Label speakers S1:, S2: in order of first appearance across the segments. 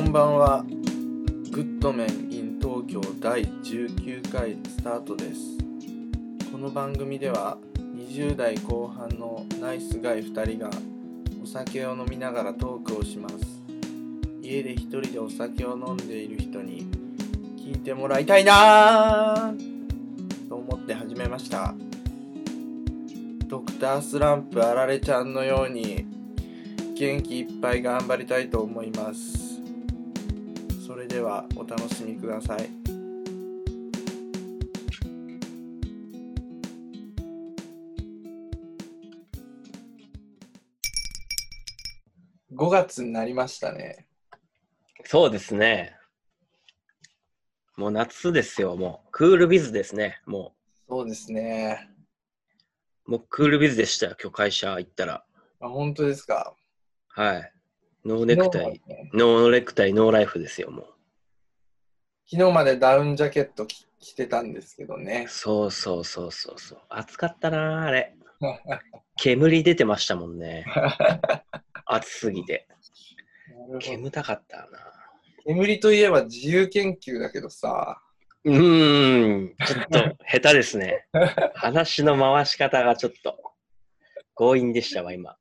S1: んばんは。グッドメン in 東京第19回スタートです。この番組では20代後半のナイスガイ2人がお酒を飲みながらトークをします。家で一人でお酒を飲んでいる人に聞いてもらいたいなーと思って始めました。ドクタースランプあられちゃんのように元気いっぱい頑張りたいと思いますそれではお楽しみください5月になりましたね
S2: そうですね。もう夏ですよ、もう。クールビズですね、も
S1: そうですね
S2: う。もうクールビズでしたよ、今日会社行ったら。
S1: あ本当ですか
S2: はい。ノーネクタ
S1: 昨日
S2: イ、
S1: までね
S2: ノーネクタイ、ノーライフですよ、も
S1: 昨日までダウンジャケット着着てたんですけどね
S2: う。そうそうそうそうそう。暑かったなあ、あ れ。煙出てましたもん ね。暑すぎて。煙たかったな。
S1: 煙といえば自由研究だけどさ
S2: うーん、ちょっと下手ですね。話の回し方がちょっと強引でしたわ、今。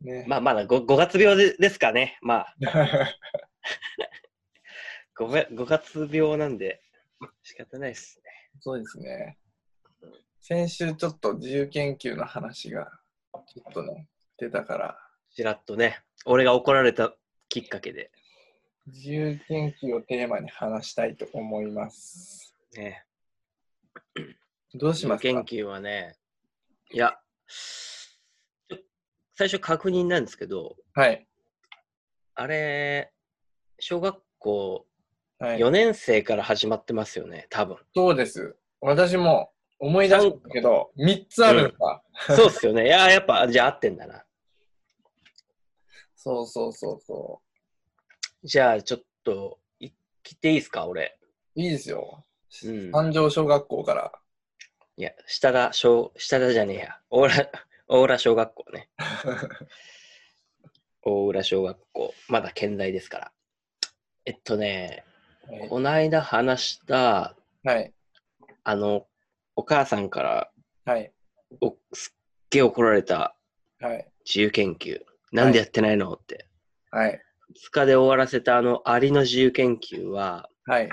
S1: ね、
S2: まあ、まだ 5, 月病でですかね。まあ、5, が5月病なんで、仕方ないっすね。
S1: そうですね。先週ちょっと自由研究の話がちょっとね、出たから、
S2: ちらっとね、俺が怒られたきっかけで、
S1: 自由研究をテーマに話したいと思います。
S2: ね。
S1: どうします
S2: 研
S1: か
S2: 究はね、いや、ちょ最初確認なんですけど、
S1: はい。
S2: あれ、小学校
S1: はい、
S2: 4年生から始まってますよね、多分。
S1: そうです。私も思い出したけど、3つあるんだ。
S2: そうっすよね。いや、やっぱ、じゃあ合ってんだな。
S1: そうそうそうそ
S2: じゃあ、ちょっと、い来ていいですか、俺。
S1: う。いいですよ。
S2: うん
S1: 三条小学校から。
S2: いや、下田小、下田じゃねえや。大浦、大浦小学 校ね。大浦小学校。まだ県大ですから。えっとね、こないだ話した、
S1: はい。
S2: あの、お母さんから
S1: はい。
S2: おすっげえ怒られた
S1: はい。
S2: 自由研究。なんでやってないのって。
S1: はい。
S2: 2日で終わらせたあのアリの自由研究は、
S1: はい。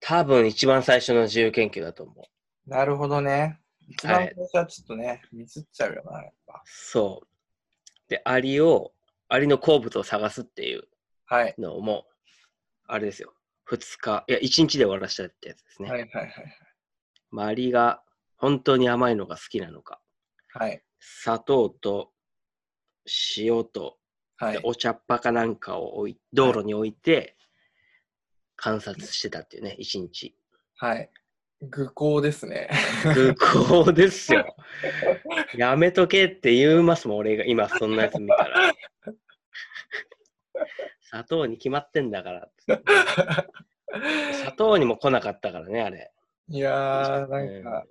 S2: 多分一番最初の自由研究だと思う。
S1: なるほどね。一番
S2: は
S1: 最
S2: い
S1: 初はちょっとね、ミスっちゃうよな、やっぱ。
S2: そう。で、アリを、アリの好物を探すっていう
S1: はい。
S2: のも、あれですよ、2日、いや、1日で終わらせたってやつですね。
S1: はいはいはい。
S2: まあアリが本当に甘いのが好きなのか、
S1: はい。
S2: 砂糖と塩と、
S1: は
S2: で
S1: い。
S2: お茶っ葉かなんかを置い道路に置いて、観察してたっていうね、1日。
S1: はい。愚行です ね。
S2: 空港で すよ。やめとけって言いますもん、俺が今そんなやつ見た ら。砂糖に決まってんだから。砂糖にも来なかったからね、あれ。
S1: いやー、なんか、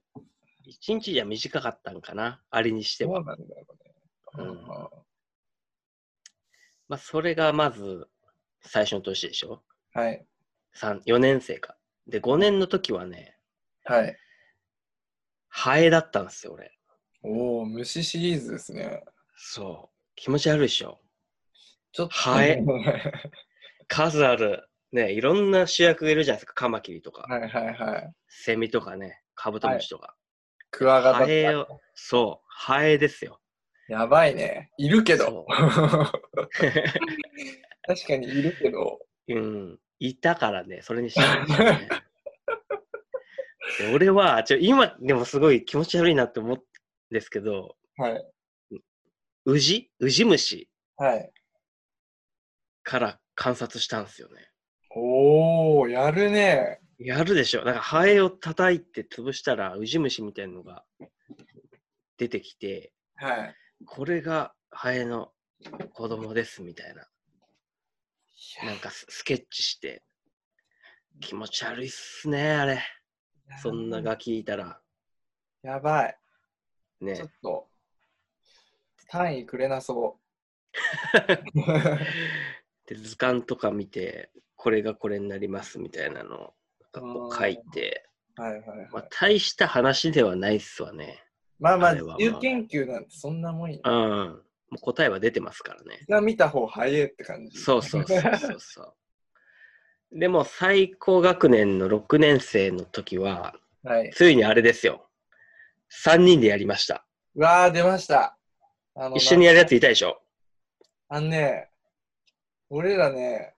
S2: 一日じゃ短かったんかな、あれにして
S1: どう
S2: は。
S1: なんだろうね。
S2: うんまあ、それがまず最初の年でしょ。
S1: はい。
S2: 三4年生か。で、5年の時はね、
S1: はい。
S2: ハエだったんですよ、俺。
S1: おー、虫シリーズですね。
S2: そう。気持ち悪いでしょ。
S1: ちょっと。
S2: ハエ数ある、ね、いろんな主役がいるじゃないですか。カマキリとか、
S1: はいはいはい。
S2: セミとかね、カブトムシとか。
S1: クワガタ
S2: ハエを、そう、ハエですよ。
S1: やばいね。いるけど。
S2: そ
S1: 確かにいるけど。
S2: うん、いたからね、それにしたんです よね。で俺はちょ、今でもすごい気持ち悪いなって思うんですけど、
S1: はい。
S2: ウジウジ虫
S1: はい。
S2: から観察したんですよね。
S1: おー、やるね。
S2: やるでしょ。なんかハエを叩いて潰したら、ウジ虫みたいなのが出てきて、
S1: はい。
S2: これがハエの子供ですみたいな、なんかススケッチして、気持ち悪いっすね、あれ。そんなが聞いたら、
S1: やばい。
S2: ね。
S1: ちょっと、 単位くれなそ
S2: で図鑑とか見てこれがこれになりますみたいなのをなんかこう書いて、
S1: はいはいはい
S2: まあ、大した話ではないっすわね
S1: まあまあ
S2: あれはまあ
S1: 自由研究なんてそんなもんや
S2: うんもう答えは出てますからね
S1: が見た方早いって感じ
S2: そうそうそうそうそうでも最高学年の6年生の時は
S1: はい
S2: ついにあれですよ3人でやりました
S1: うわー出ましたあの
S2: 一緒にやるやついたでしょ
S1: あのね俺らね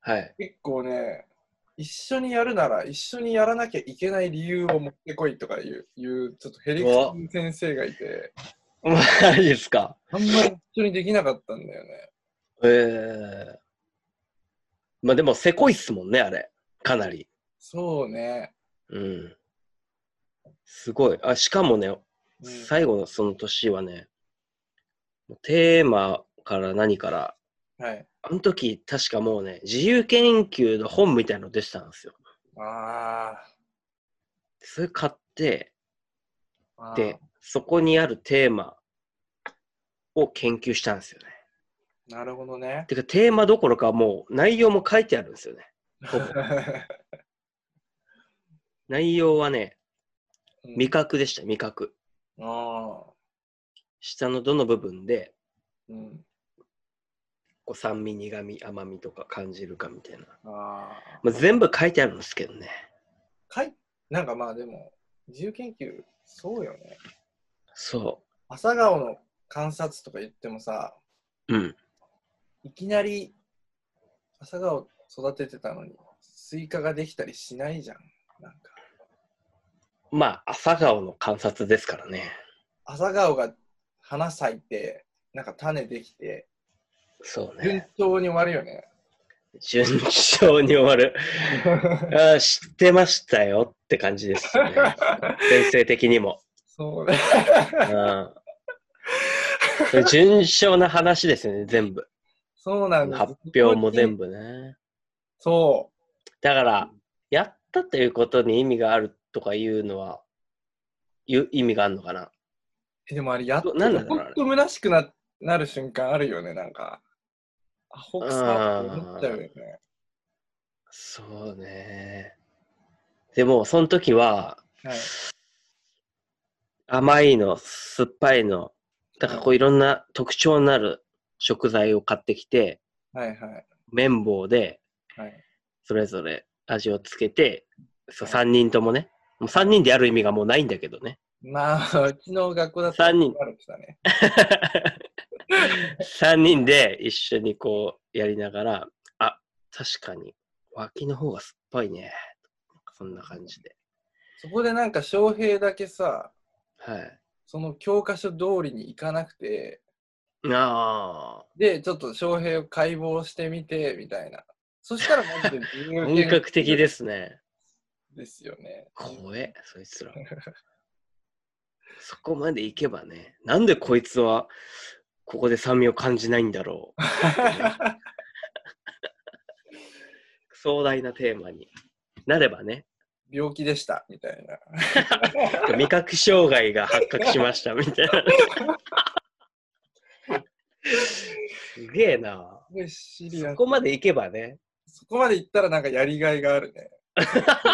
S2: はい
S1: 結構ね一緒にやるなら一緒にやらなきゃいけない理由を持ってこいとかいういうちょっとヘリクソン先生がいて
S2: マジですか
S1: あんまり一緒にできなかったんだよね
S2: ええまあでもせこいっすもんねあれかなり
S1: そうね、
S2: うんすごいあしかもね
S1: うん
S2: 最後のその年はね、もうテーマから何から、
S1: はい
S2: あの時確かもうね、自由研究の本みたいの出てたんですよ。
S1: あ
S2: それ買って、
S1: ーあー
S2: で、そこにあるテーマを研究したんですよね。
S1: なるほど ね
S2: てか、テーマどころかもう内容も書いてあるんですよね。ほ ぼ内容はね、味覚でした、味覚。
S1: うんあ
S2: 下のどの部分で、
S1: ーうん
S2: こう酸味、苦味、甘みとか感じるかみたいな。
S1: あー
S2: まあ、全部書いてあるんですけどね。
S1: かいなんかまあでも自由研究そうよね
S2: そ
S1: 朝顔の観察とか言ってもさ
S2: う。うん。
S1: いきなり朝顔育ててたのにスイカができたりしないじゃんなんか
S2: まあ、朝顔の観察ですからね。
S1: 朝顔が花咲いてなんか種できて
S2: そう
S1: 順
S2: ね。
S1: 調に終わるよ ね
S2: 順調に終わる。あー知ってましたよって感じですね。先生的にも。
S1: そうね
S2: うん、それ順調な話ですよね、全部。
S1: そうなんです
S2: 発表も全部ね。
S1: そ
S2: だから、やったということに意味があるとかいうのは、いう意味があるのかな。
S1: う。えでもあれ、やっと、
S2: どなんなんだろう
S1: ほんと虚しくななる瞬間あるよね、なんか。アホくさって思っちゃうよね。
S2: そうね。でも、その時は、
S1: はい、
S2: 甘いの、酸っぱいの、だからこういろんな特徴のある食材を買ってきて、
S1: はい、はい。
S2: 綿棒で
S1: はい、
S2: それぞれ味をつけて、そう
S1: は
S2: 3人ともね、もう3人でやる意味がもうないんだけどね。
S1: まあ、うちの学校だと
S2: 三人
S1: 悪くたね。
S2: 3人で一緒にこうやりながら、あ、確かに脇の方が酸っぱいね。そんな感じで。
S1: そこでなんか、翔平だけさ、
S2: はい。
S1: その教科書通りに行かなくて、
S2: あ
S1: で、ちょっと翔平を解剖してみて、みたいな。そしたら、マジで自
S2: あ、
S1: 由。
S2: 本格的ですすね。
S1: ですよね。
S2: 怖え、そいつら。そこまで行けばね、なんでこいつはここで酸味を感じないんだろう。壮大なテーマになればね、
S1: 病気でした、みたいな。
S2: 味覚障害が発覚しましたみたいな。すげえな。
S1: すごいシリア
S2: そ
S1: ス
S2: こまで行けばね、
S1: そこまで行ったらなんかやりがいがある ね。で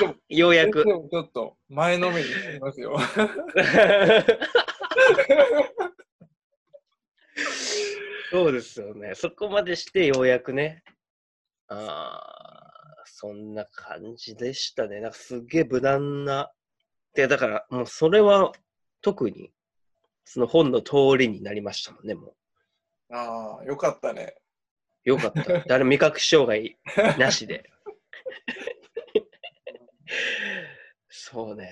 S1: も
S2: ようやく
S1: で。もちょっと前のめりになりますよ。
S2: そうですよね。そこまでしてようやくね。ああ、そんな感じでしたね。なんかすげえ無難な。で、だからもうそれは特にその本の通りになりましたもんね、も
S1: ああ、よかったね。
S2: う。よかった。誰も味覚障害なしで。そうね。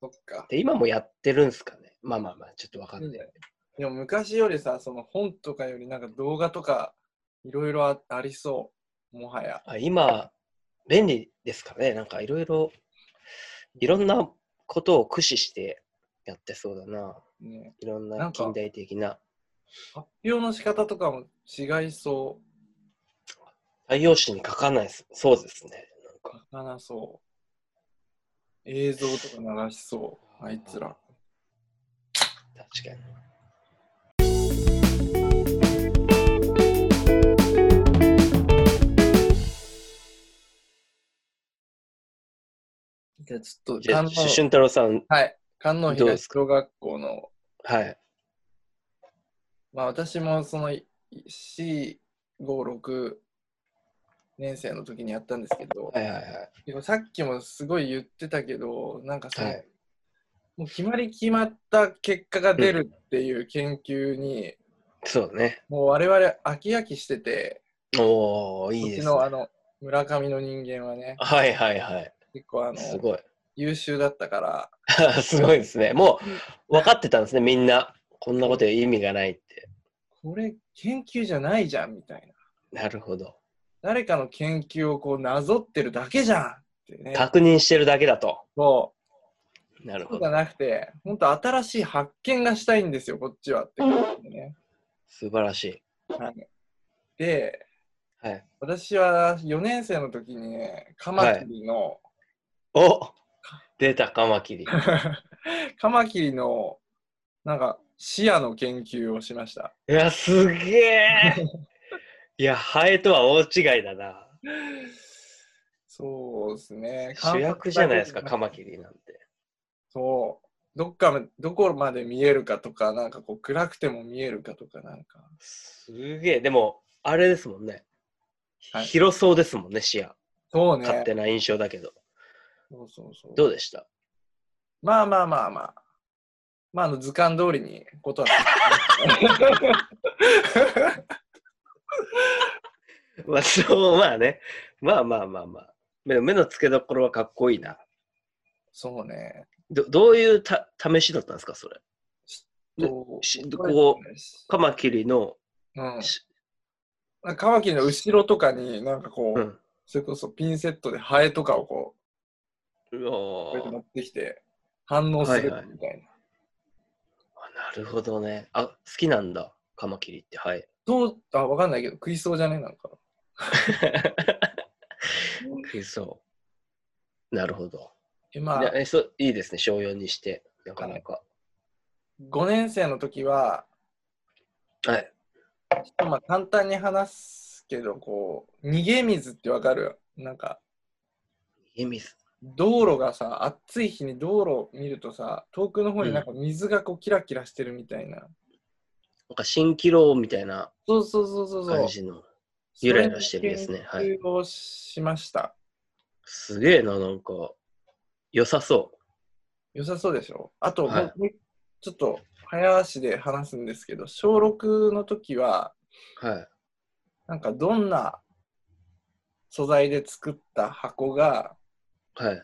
S1: そっか。
S2: で、今もやってるんすかね。まあまあまあ、ちょっとわかんない。
S1: でも昔よりさ、その本とかよりなんか動画とかいろいろあありそう。もはや。
S2: あ今、便利ですからね。なんかいろいろ、いろんなことを駆使してやってそうだな。
S1: ね、
S2: いろん
S1: な
S2: なん
S1: か
S2: 近代的な。
S1: 発表の仕方とかも違いそ
S2: 採用紙に書かないです。そうですね。
S1: う。書かなそう。映像とか流しそう。あいつら。
S2: なんか、確かに。
S1: じゃあちょっと、
S2: じゃ
S1: 観
S2: あ、
S1: 音
S2: し俊太郎さん、
S1: はい。観音
S2: どうで
S1: 東
S2: す
S1: 小学校の、
S2: はい。
S1: まあ私もその4、5、6年生の時にやったんですけど、
S2: はいはいはい。
S1: でもさっきもすごい言ってたけど、なんかその、
S2: はい
S1: もう決まり決まった結果が出るっていう研究に、
S2: そうね。
S1: もう我々飽き飽きしてて、
S2: おー、いい
S1: う
S2: で
S1: ち
S2: す、ね。
S1: のあ
S2: は
S1: の村上の人間はね、
S2: いはいはい。
S1: 結構あの
S2: すごい。
S1: 優秀だったから、
S2: すごいですね。もう、分かってたんですね、みんな。こんなこと意味がないって。
S1: これ研究じゃないじゃんみたいな。
S2: なるほど。
S1: 誰かの研究をこうなぞってるだけじゃんってね。
S2: 確認してるだけだと。
S1: そう
S2: なる
S1: そ
S2: ほ
S1: うじゃ
S2: ど。
S1: なくて、本当新しい発見がしたいんですよ、こっちはって感じでね。
S2: 素晴らしい。
S1: はい、で、
S2: はい。
S1: 私は4年生の時にね、カマキリの、
S2: お出た、カマ キリ。
S1: カマキリの、なんか、視野の研究をしました。
S2: いや、すげ えいや、ハエとは大違いだな。
S1: そうですね。
S2: 主役じゃないですか、カ
S1: マ
S2: マキリなんて。
S1: そう。どっかま、どこまで見えるかとか、なんかこう、暗くても見えるかとか、なんか。
S2: すげえ、でも、あれですもんね。
S1: はい
S2: 広そうですもんね、視野。
S1: そうね。
S2: 勝手な印象だけど。
S1: そうそうそう。
S2: どうでした
S1: まあまあまあまあ。まあ、あの図鑑通りにことは。
S2: まあ、そう、まあね。まあまあまあまあ。目の目の付けどころはかっこいいな。
S1: そうね。
S2: どどういうた試しだったんですか、それ。で
S1: と
S2: し
S1: れ
S2: こカマキリの、し
S1: うん。カマキリの後ろとかに、なんかこう、
S2: うん。
S1: それこそピンセットでハエとかをこ
S2: うお
S1: う、
S2: ー
S1: こうやって持ってきて、反応するみたいな。
S2: あなるほどね。あ、好きなんだ、カマキリって、はい。
S1: どう、あ、わかんないけど、食いそうじゃねなんか。
S2: 食いそう。なるほど。
S1: えま
S2: いや
S1: あ、
S2: えそういいですね、小用にして、なかなか。
S1: 5年生の時は、
S2: は
S1: ち
S2: い。
S1: ょっとまあ簡単に話すけど、こう、逃げ水ってわかるなんか、
S2: 湯水。
S1: 道路がさ暑い日に道路を見るとさ遠くの方になんか水がこうキラキラしてるみたいな、
S2: なんか、蜃気楼みたいな
S1: そうそうそうそうそう
S2: 感じの。ゆらゆらしてるですね
S1: そういう研究をしました、
S2: すげえな、なんか、良さそ
S1: 良さそうでしょあと、
S2: はい
S1: もうちょっと早足で話すんですけど小6の時は
S2: う。はい。
S1: なんかどんな素材で作った箱が
S2: はい。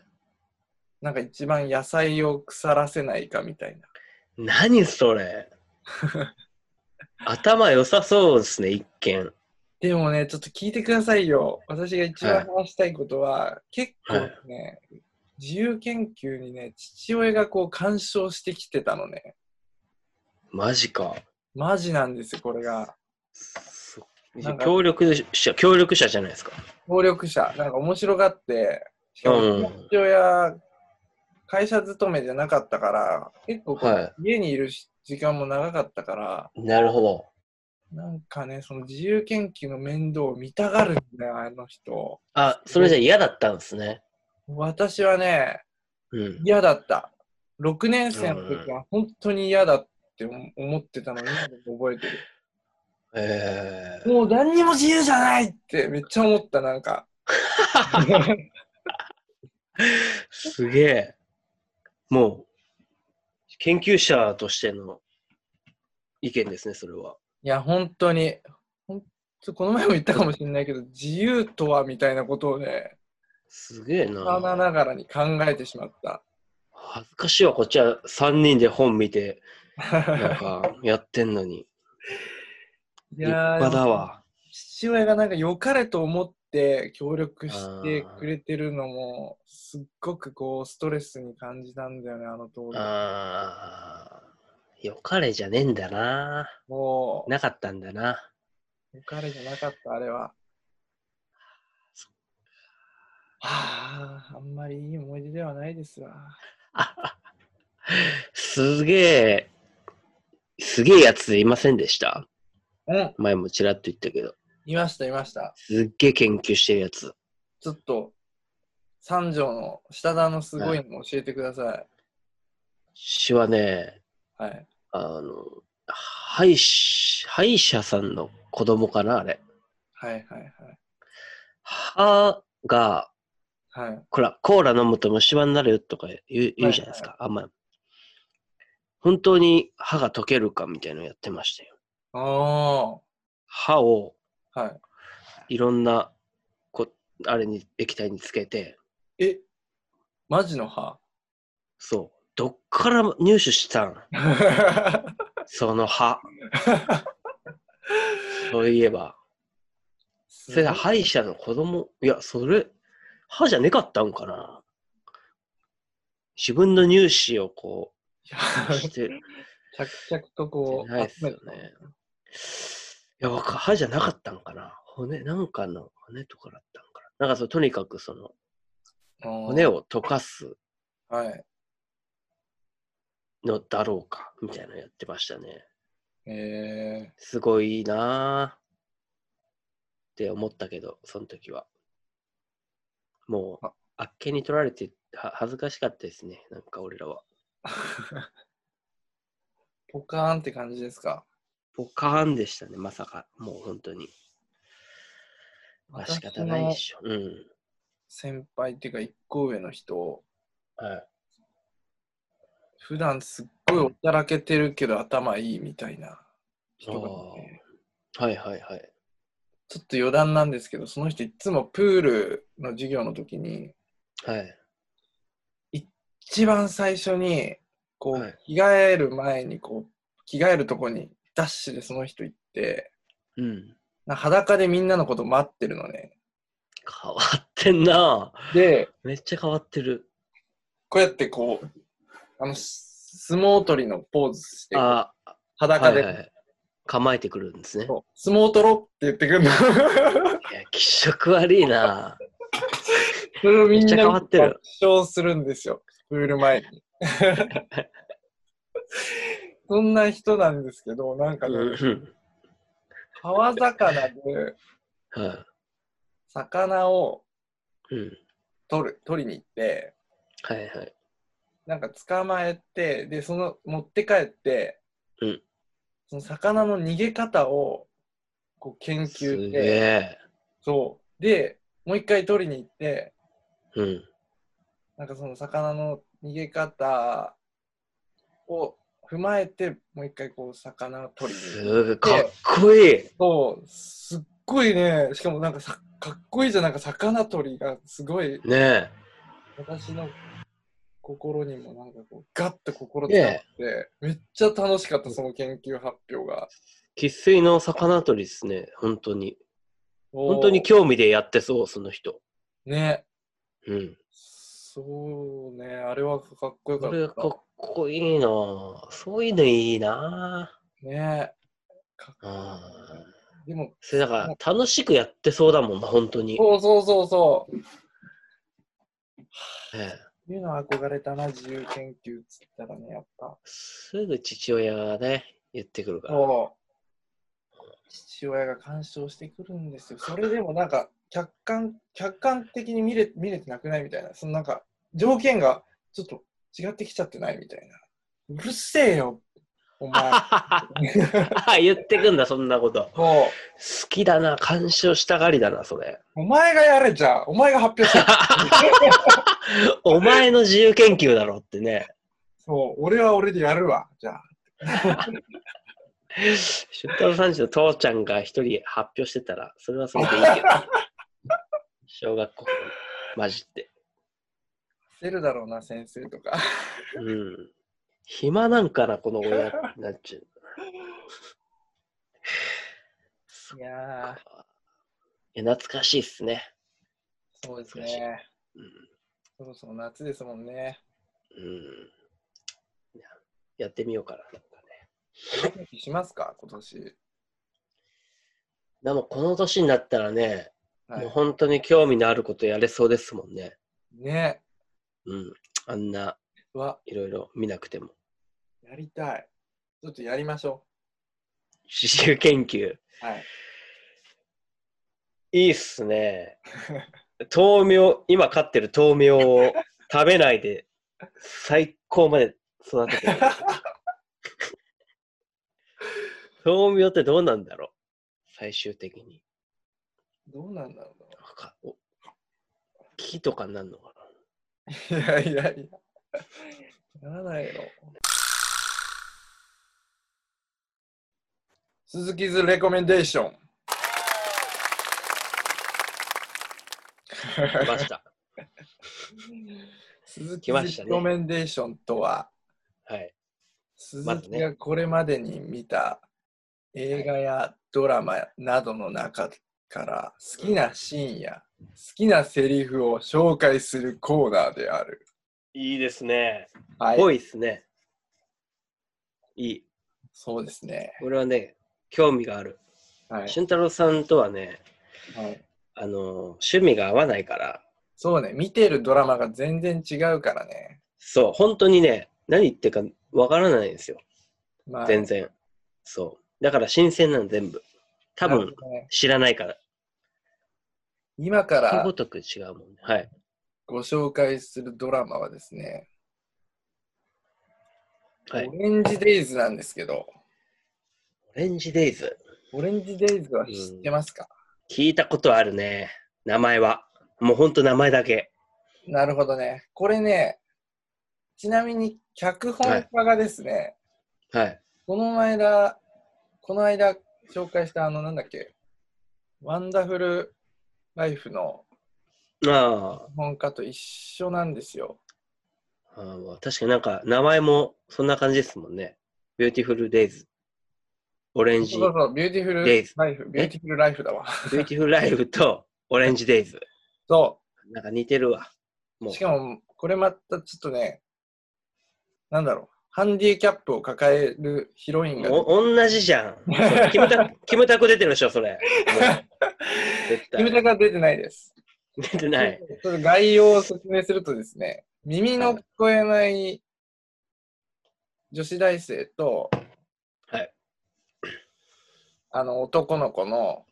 S1: なんか一番野菜を腐らせないかみたいな
S2: 何 それ頭良さそうですね、一見。
S1: でもね、ちょっと聞いてくださいよ。私が一番話したいことは、結構ね、自由研究にね、父親がこう干渉してきてたのね。
S2: マジか。
S1: マジなんですよ、これが。
S2: そ
S1: なんか
S2: 協力者、協力者じゃないですか。
S1: 協力者、なんか面白がって、しか
S2: うん
S1: も父親、会社勤めじゃなかったから、結構こう、
S2: は
S1: 家にいるし時間も長かったから、
S2: い。なるほど。
S1: なんかね、その自由研究の面倒を見たがるんだよ、あの人。
S2: あ、それじゃ嫌だったんですね。
S1: 私はね、
S2: うん。
S1: 嫌だった。6年生の時は本当に嫌だって思思ってたのに、今でも覚えて る。
S2: えー、
S1: もう何にも自由じゃないってめっちゃ思った、なん か。
S2: すげえ。もう、研究者としての意見ですね、それは。
S1: いや、本当に。ほんとこの前も言ったかもしれないけど、自由とはみたいなことをね、
S2: すげえ
S1: 幼
S2: な。
S1: ながらに考えてしまった。
S2: 恥ずかしいわ、こっちは3人で本見て、なんか やってんのに。
S1: い
S2: 立
S1: やー
S2: 派だ。わ。
S1: 父親がなんか良かれと思って協力してくれてるのも、すっごくこう、ストレスに感じたんだよね、あの当時。
S2: あー、よかれじゃねえんだな。
S1: もう。
S2: なかったんだな。
S1: お金じゃなかった、あれは。はあ、あんまりいい思い出ではないですわ。
S2: すげえ、すげえやついませんでした
S1: うん、
S2: 前もちらっと言ったけど。
S1: いました、いました。
S2: すっげえ研究してるやつ。
S1: ちょっと、三条の下田のすごいの教えてくださ
S2: 詩はね、
S1: い。はい。
S2: あの、歯医師歯医者さんの子供かな、あれ。
S1: はいはい
S2: 歯が、
S1: はい。はい。
S2: ほら、コーラ飲むと虫歯になるよとか言う言うじゃないですか、あんま。本当に歯が溶けるかみたいなのやってましたよ。
S1: ああ。は
S2: 歯を
S1: い。
S2: いろんなこあれに液体につけて
S1: えマジの歯
S2: そうどっから入手したんそ の歯そういえば それが歯医者の子供いやそれ歯じゃねかったんかな自分の乳歯をこ
S1: いや
S2: うして
S1: 着々とこう、
S2: ないっすよねいやわか歯じゃなかったんかな骨なんかの骨とかだったんかななんかそうとにかくその
S1: 骨
S2: 骨。を溶かす
S1: はい。
S2: のだろうかみたいなのやってましたね
S1: え
S2: すごいいいなぁって思ったけど、その時は。もう
S1: あ、
S2: あっけに取られては恥ずかしかったですね、なんか俺らは。
S1: ー、 ポカーンって感じですか。
S2: ポカーンでしたね、まさか。もう本当に。まあ仕方ないでしょ。うん。
S1: 先輩っていうか、一個上の人、
S2: はい
S1: 普段すっごいおだらけてるけど頭いいみたいな人がいて、
S2: はいはいはい。
S1: ちょっと余談なんですけど、その人いつもプールの授業の時に、
S2: はい。
S1: 一番最初に、こう、
S2: はい
S1: 着替える前に、こう、着替えるとこにダッシュでその人行って、
S2: うん。
S1: な裸でみんなのこと待ってるのね。
S2: 変わってんなぁ
S1: で、
S2: めっちゃ変わってる。
S1: こうやってこう、あの、す相撲取りのポーズして、
S2: ああ、は
S1: 裸
S2: い
S1: で、
S2: はい。構えてくるんですね。
S1: そう相撲取ろうって言ってくるの。
S2: いや、気色悪いなぁ
S1: それをみん
S2: めっちゃ
S1: な
S2: 変わってる
S1: 爆笑するんですよ。プール前に。 そんな人なんですけど、なんかね、
S2: うん
S1: 川魚で
S2: うん。はい
S1: 魚を
S2: うん。
S1: 取る、取りに行って、
S2: はいはい。
S1: なんか捕まえて、で、その、持って帰って、
S2: うん
S1: その魚の逃げ方を、こう、研究
S2: す
S1: し
S2: げ
S1: て、
S2: え。
S1: そう。で、もう一回取りに行って、
S2: うん。
S1: なんかその魚の逃げ方を踏まえて、もう一回こう、魚を取りに行って。
S2: すごい。かっこいい。
S1: そう、すっごいね、しかもなんかさ、かっこいいじゃん、なんか魚取りがすごい、
S2: ね
S1: 私の心にもなんかこう、ガッと心伝わって、めっちゃ楽しかった、その研究発表が。
S2: え。生粋の魚取りですね。本当に。本
S1: 本
S2: 当に興味でやってそう、その人。
S1: 日。ね。
S2: うん。
S1: そうね、あれはかっこよか
S2: こ
S1: っ
S2: れか
S1: た。
S2: っこいいなぁそういうのいいなぁ
S1: ね。かっこいい
S2: あ
S1: でも、
S2: それだから、楽しくやってそうだもんな、本当に。
S1: そうそうそうそう。
S2: ええ
S1: っていうのは憧れたな、自由研究っつったらね、やっぱ。
S2: すぐ父親がね、言ってくるから。
S1: そう。父親が干渉してくるんですよ。それでもなんか、客観、客観的に見れ見れてなくないみたいな。そのなんか、条件がちょっと違ってきちゃってないみたいな。うるせえよ、お 前。
S2: 言ってくんだ、そんなこと。
S1: そう。
S2: 好きだな、干渉したがりだな、それ。
S1: お前がやれじゃあ、お前が発表する。
S2: お前の自由研究だろってね。
S1: そう、俺は俺でやるわ、じゃあ。
S2: 出頭三時の父ちゃんが一人発表してたら、それはそれでいいけど。小学校、マジって。
S1: 出るだろうな、先生とか。
S2: うん。暇なんかな、この親になっちゃう。
S1: いや
S2: え懐かしいっすね。
S1: ー、そうですね。
S2: うん。
S1: そろそろ夏ですもんね。
S2: うん、いややってみようかな。なんかね、
S1: ドキドキしますか、今年。
S2: でも、この年になったらね、
S1: は
S2: もう本当に興味のあることやれそうですもんね。
S1: い、ね
S2: うん。あんな、
S1: うわ、
S2: いろいろ見なくても。
S1: やりたい。ちょっとやりましょ
S2: 自由研究。
S1: う。はい。
S2: いいっすね。豆苗、今飼ってる豆苗を食べないで、最高まで育ててる。豆苗ってどうなんだろう最終的に。
S1: どうなんだろう
S2: わかお木とかになるのか
S1: な。いやいやいや。ならないの。鈴木ズレコメンデーション。
S2: な来ました。
S1: 鈴木
S2: 来ました
S1: ズ
S2: ね
S1: レコメンデーションとは、
S2: はい。
S1: 鈴
S2: まず
S1: 木
S2: ね
S1: がこれまでに見た映画やドラマなどの中から好きなシーンや好きなセリフを紹介するコーナーである。
S2: いいですね。
S1: は
S2: 多
S1: い、
S2: いですね。いい。
S1: そうですね。
S2: 俺はね、興味がある。
S1: はい、
S2: 俊太郎さんとはね、
S1: はい、
S2: あのー、趣味が合わないから、
S1: そうね、見てるドラマが全然違うからね。
S2: そう、本当にね、何言ってるかわからないんですよ。
S1: まあ、
S2: 全然。そう。だから新鮮なの全部。多
S1: なる
S2: 分
S1: ほどね
S2: 知らないから。
S1: 今か
S2: こと
S1: ら
S2: ごとく違うもんね。はい。
S1: ご紹介するドラマはですね、
S2: はい
S1: オ。レンジデイズなんですけど、
S2: オレンジデイズ。
S1: オレンジデイズは知ってますか、
S2: 聞いたことあるね。名前は。もうほんと名前だけ。
S1: なるほどね。これね、ちなみに脚本家がですね、
S2: はい。
S1: この間、この間紹介したあの、なんだっけ、ワンダフルライフの
S2: あ
S1: 脚本家と一緒なんですよ。
S2: ああ、確かになんか名前もそんな感じですもんね。ビューティフルデイズ。オレンジ。
S1: そ
S2: ビ
S1: う
S2: ュ
S1: そう、ビューティフル
S2: デイズ
S1: ライフ、ビューティフルライフだわ。
S2: ーティフルライフとオレンジデイズ。
S1: そ
S2: なんか似てるわ。も
S1: う。
S2: う
S1: し。かも、これまたちょっとね、なんだろう、ハンディキャップを抱えるヒロインが、
S2: お同じじゃん。そうキ ムタク、キムタク出てるでしょ、それ。もう絶
S1: キムタ
S2: 対。
S1: クは出てないです。
S2: 出てない。
S1: ちょっと概要を説明するとですね、耳の聞こえない女子大生と、
S2: はい
S1: あの男の子の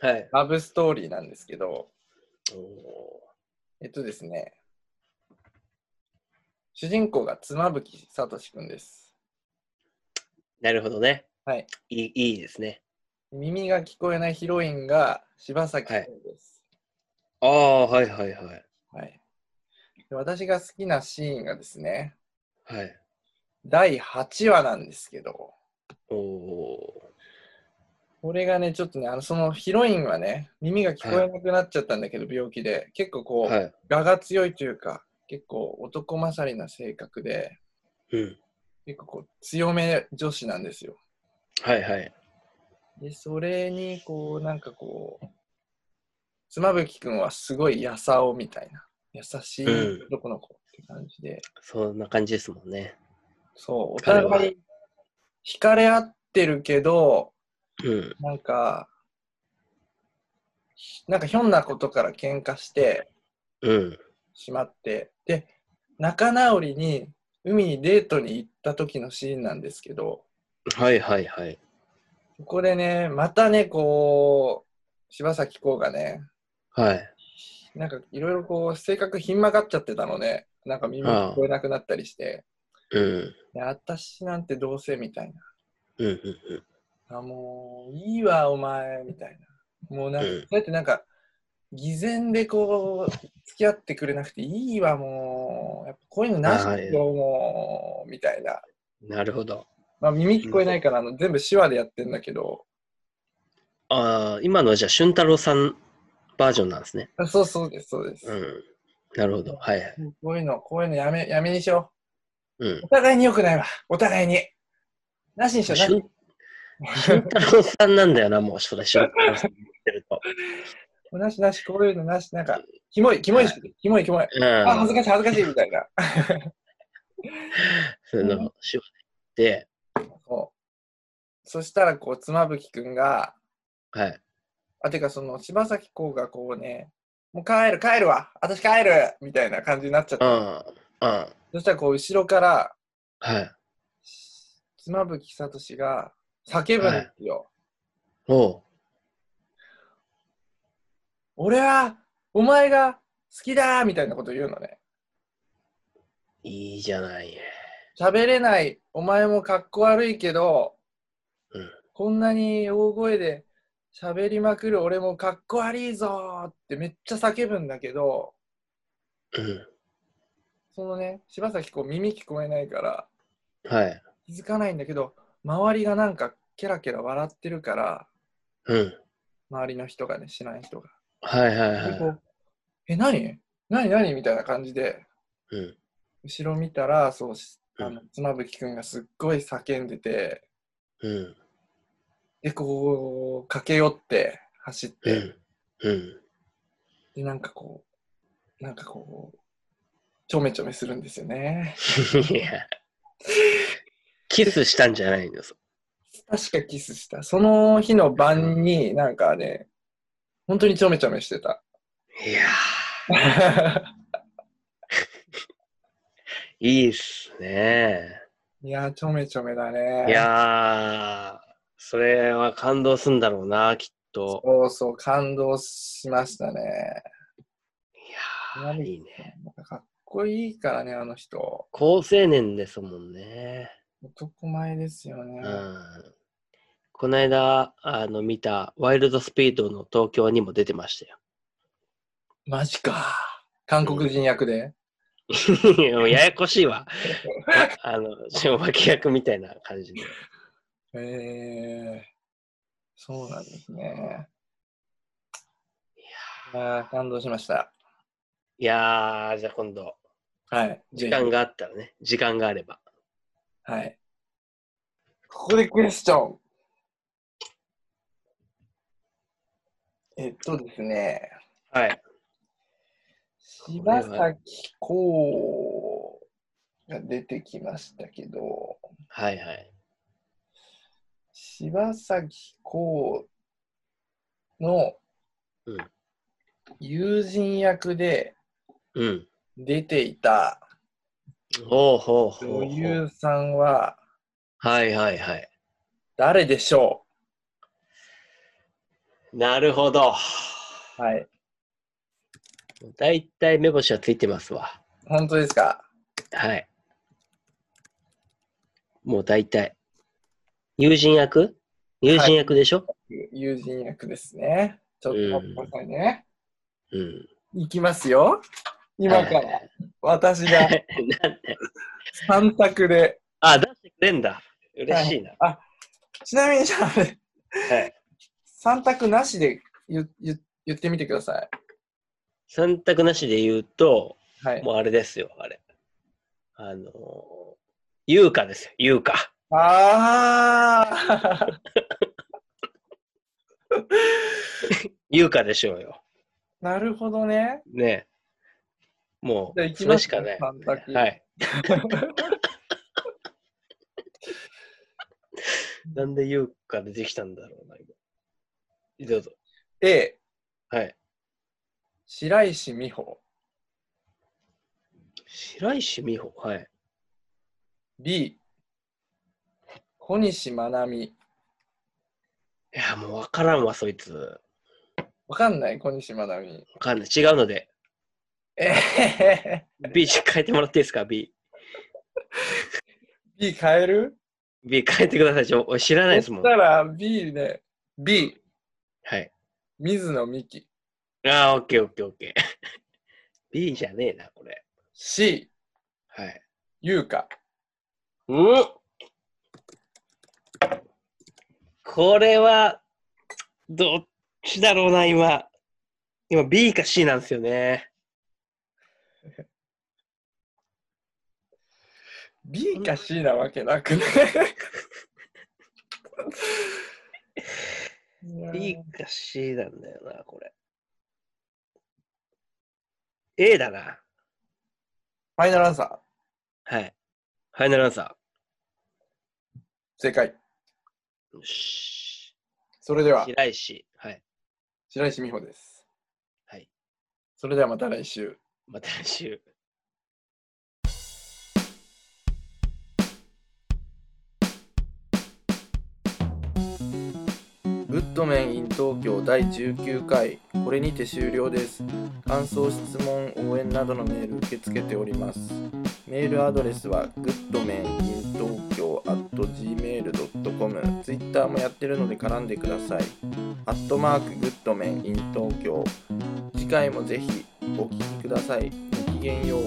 S2: はい。
S1: ラブストーリーなんですけど、
S2: おー
S1: えっとですね、主人公が妻夫木聡くんです。
S2: なるほどね。
S1: はい。
S2: いい、いいですね。
S1: 耳が聞こえないヒロインが柴咲コウです。
S2: ああ、はいはいはい。
S1: はいで私が好きなシーンがですね、
S2: はい。
S1: 第8話なんですけど、
S2: おお
S1: これがね、ちょっとね、あのそのヒロインはね、耳が聞こえなくなっちゃったんだけど、病気で、結構こ
S2: ー。
S1: う、
S2: はい。
S1: 我が強いというか、結構男勝りな性格で、
S2: うん。
S1: 結構こう強め女子なんですよ。
S2: はいはい。
S1: で、それに、こう、なんかこう、妻夫木君はすごい優さおみたいな、優しい
S2: うん
S1: 男の子って感じで、
S2: そんな感じですもんね。
S1: そう、お
S2: 彼は
S1: 互い惹かれ合ってるけど、
S2: うん。
S1: なんか、なんかひょんなことから喧嘩して、
S2: うん。
S1: しまってで仲直りに海にデートに行った時のシーンなんですけど
S2: はいはいはい。
S1: ここでねまたねこう柴咲コウがね
S2: はい。
S1: なんかいろいろこう性格ひん曲がっちゃってたのねなんか耳聞こえなくなったりして
S2: うん。
S1: で私なんてどうせみたい
S2: うんうんうん。
S1: なあもういいわお前みたいなもうなんか、
S2: うん
S1: そうやってなんか偽善でこう付き合ってくれなくていいわもうやっぱこういうのなしだよもうみたいな
S2: なるほど。
S1: まあ、耳聞こえないからあの全部手話でやってんだけど、
S2: ああ、今のはじゃあ、俊太郎さんバージョンなんですね。
S1: あそうそうです、そうです。
S2: うん。なるほど。はいはい。
S1: こういうの、こういうのやめやめにしよ
S2: うん
S1: う。お。互いに良くないわ、お互いに。なしにしよう、なし
S2: 俊俊太郎さんなんだよな、もう、それ、俊太郎さん言ってると。
S1: なしなし、こういうのなし、なんか、キモい、キモいし、キモい、キモい。
S2: うん。
S1: あ、恥ずかしい、恥ずかしい、みたいな。
S2: その、手話で、
S1: そうそしたら、こう、妻夫木くんが、
S2: はい。
S1: あ、てか、その、柴咲コウがこうね、もう帰る、帰るわ、私帰るみたいな感じになっちゃっ
S2: う
S1: た。
S2: ん。うん。
S1: そしたら、こう、後ろから、
S2: はい。
S1: 妻夫木聡が叫ぶんですよ。
S2: おう。
S1: 俺はお前が好きだーみたいなこと言うのね。
S2: いいじゃない。
S1: 喋れない、お前もかっこ悪いけど、
S2: うん
S1: こんなに大声で喋りまくる俺もかっこ悪いぞーってめっちゃ叫ぶんだけど、
S2: うん。
S1: そのね、柴咲こう耳聞こえないから
S2: はい。
S1: 気づかないんだけど、周りがなんかケラケラ笑ってるから、
S2: うん。
S1: 周りの人がね、知らない人が。
S2: はいはい
S1: でこ
S2: は
S1: うえ、何何何みたいな感じで、
S2: い。うん。
S1: 後ろ見たら、そうし、あ
S2: う
S1: の妻夫木くんがすっごい叫んでて、
S2: うん。
S1: で、こう、駆け寄って、走っ
S2: う
S1: て、
S2: ん。うん。
S1: で、なんかこう、なんかこう、ちょめちょめするんですよね。
S2: いや。キスしたんじゃないのそ
S1: 確かキスした。その日の晩に、なんかね、本当にちょめちょめしてた。
S2: いやー、いいっすね。
S1: いやー、ちょめちょめだね。
S2: いやー、それは感動すんだろうな、きっと。
S1: そうそう、感動しましたね。
S2: いやー、いいね。
S1: かっこいいからね、あの人。
S2: 高青年ですもんね。
S1: 男前ですよね。
S2: うん。この間、あの、見た、ワイルドスピードの東京にも出てましたよ。
S1: マジか。韓国人役で。
S2: もうややこしい わ。ああの、ちょ、脇役みたいな感じで。
S1: へえー、そうなんですね。いやー感動しました。
S2: いやー、じゃあ今度、
S1: はい。
S2: 時間
S1: ぜ
S2: があったらね、時間があれば。
S1: ひはい。ここでクエスチョン。えっとですね、
S2: はい。
S1: 柴咲コウが出てきましたけど、
S2: はいはい。
S1: 柴咲コウの
S2: うん
S1: 友人役で
S2: うん。
S1: 出ていた
S2: ほうほうほうほ
S1: 女
S2: う。
S1: 優さんは
S2: はいはいはい。
S1: 誰でしょ
S2: なるほ
S1: う
S2: ど。
S1: はい。
S2: だいたい目星はついてますわ。
S1: 本当ですか
S2: はい。もうだいたい。友人役友人役でしょ、
S1: 友人役ですね。ちょっと待ってくださいね。
S2: うん。
S1: いきますよ。今から、
S2: はいはい
S1: 私が
S2: はい。 なんで
S1: 3択で。
S2: あ、出してくれんだ。嬉しいな。
S1: あ、ちなみにじゃあ、ね、
S2: はい。
S1: 3択なしで言言言ってみてください。
S2: 三択なしで言うと、
S1: はい。
S2: もうあれですよ、あれ。あのー、優香ですよ、優香。
S1: あー
S2: 優香でしょうよ。
S1: なるほどね。
S2: ねえも
S1: じゃあ
S2: う、
S1: 行き
S2: それ
S1: ま
S2: し
S1: す
S2: か
S1: ね
S2: ない。
S1: 三択
S2: はい。なんで優香出てきたんだろうな、今。どうぞ。
S1: A、
S2: はい。
S1: 白石美穂。
S2: 白石美穂。はい。
S1: B、小西まなみ。
S2: いや、もうわからんわ、そいつ。わ
S1: わかんない小西まなみ。
S2: かんない。違うので。
S1: えへへへ
S2: B 変えてもらっていいですか ?B。
S1: B 変える
S2: B 変えてください。ちょ俺知らないですもん。
S1: そし
S2: は
S1: たら B ね。B、
S2: い。
S1: 水野美紀。
S2: ああ、オッケーオッケーオッケー。B じゃねえな、これ。
S1: C、
S2: はい。
S1: 優香。
S2: うんこれは、どっちだろうな、今。今、B か C なんですよね。
S1: B か C なわけなくね。いやー
S2: B か C なんだよな、これ。A だな。
S1: ファイナルアンサー、
S2: はい。ファイナルアンサ
S1: 正解。
S2: ー。よし。
S1: それでは、
S2: 白石。はい。
S1: 白石美穂です。
S2: はい。
S1: それではまた来週。
S2: また来週。
S1: ググッドメン in 東京第19回これにて終了です感想質問応援などのメール受け付けておりますメールアドレスは goodmaninTokyo.gmail.com ツイッターもやってるので絡んでくださいアットマークグッドメン in 東京次回もぜひお聴きくださいごきげんよう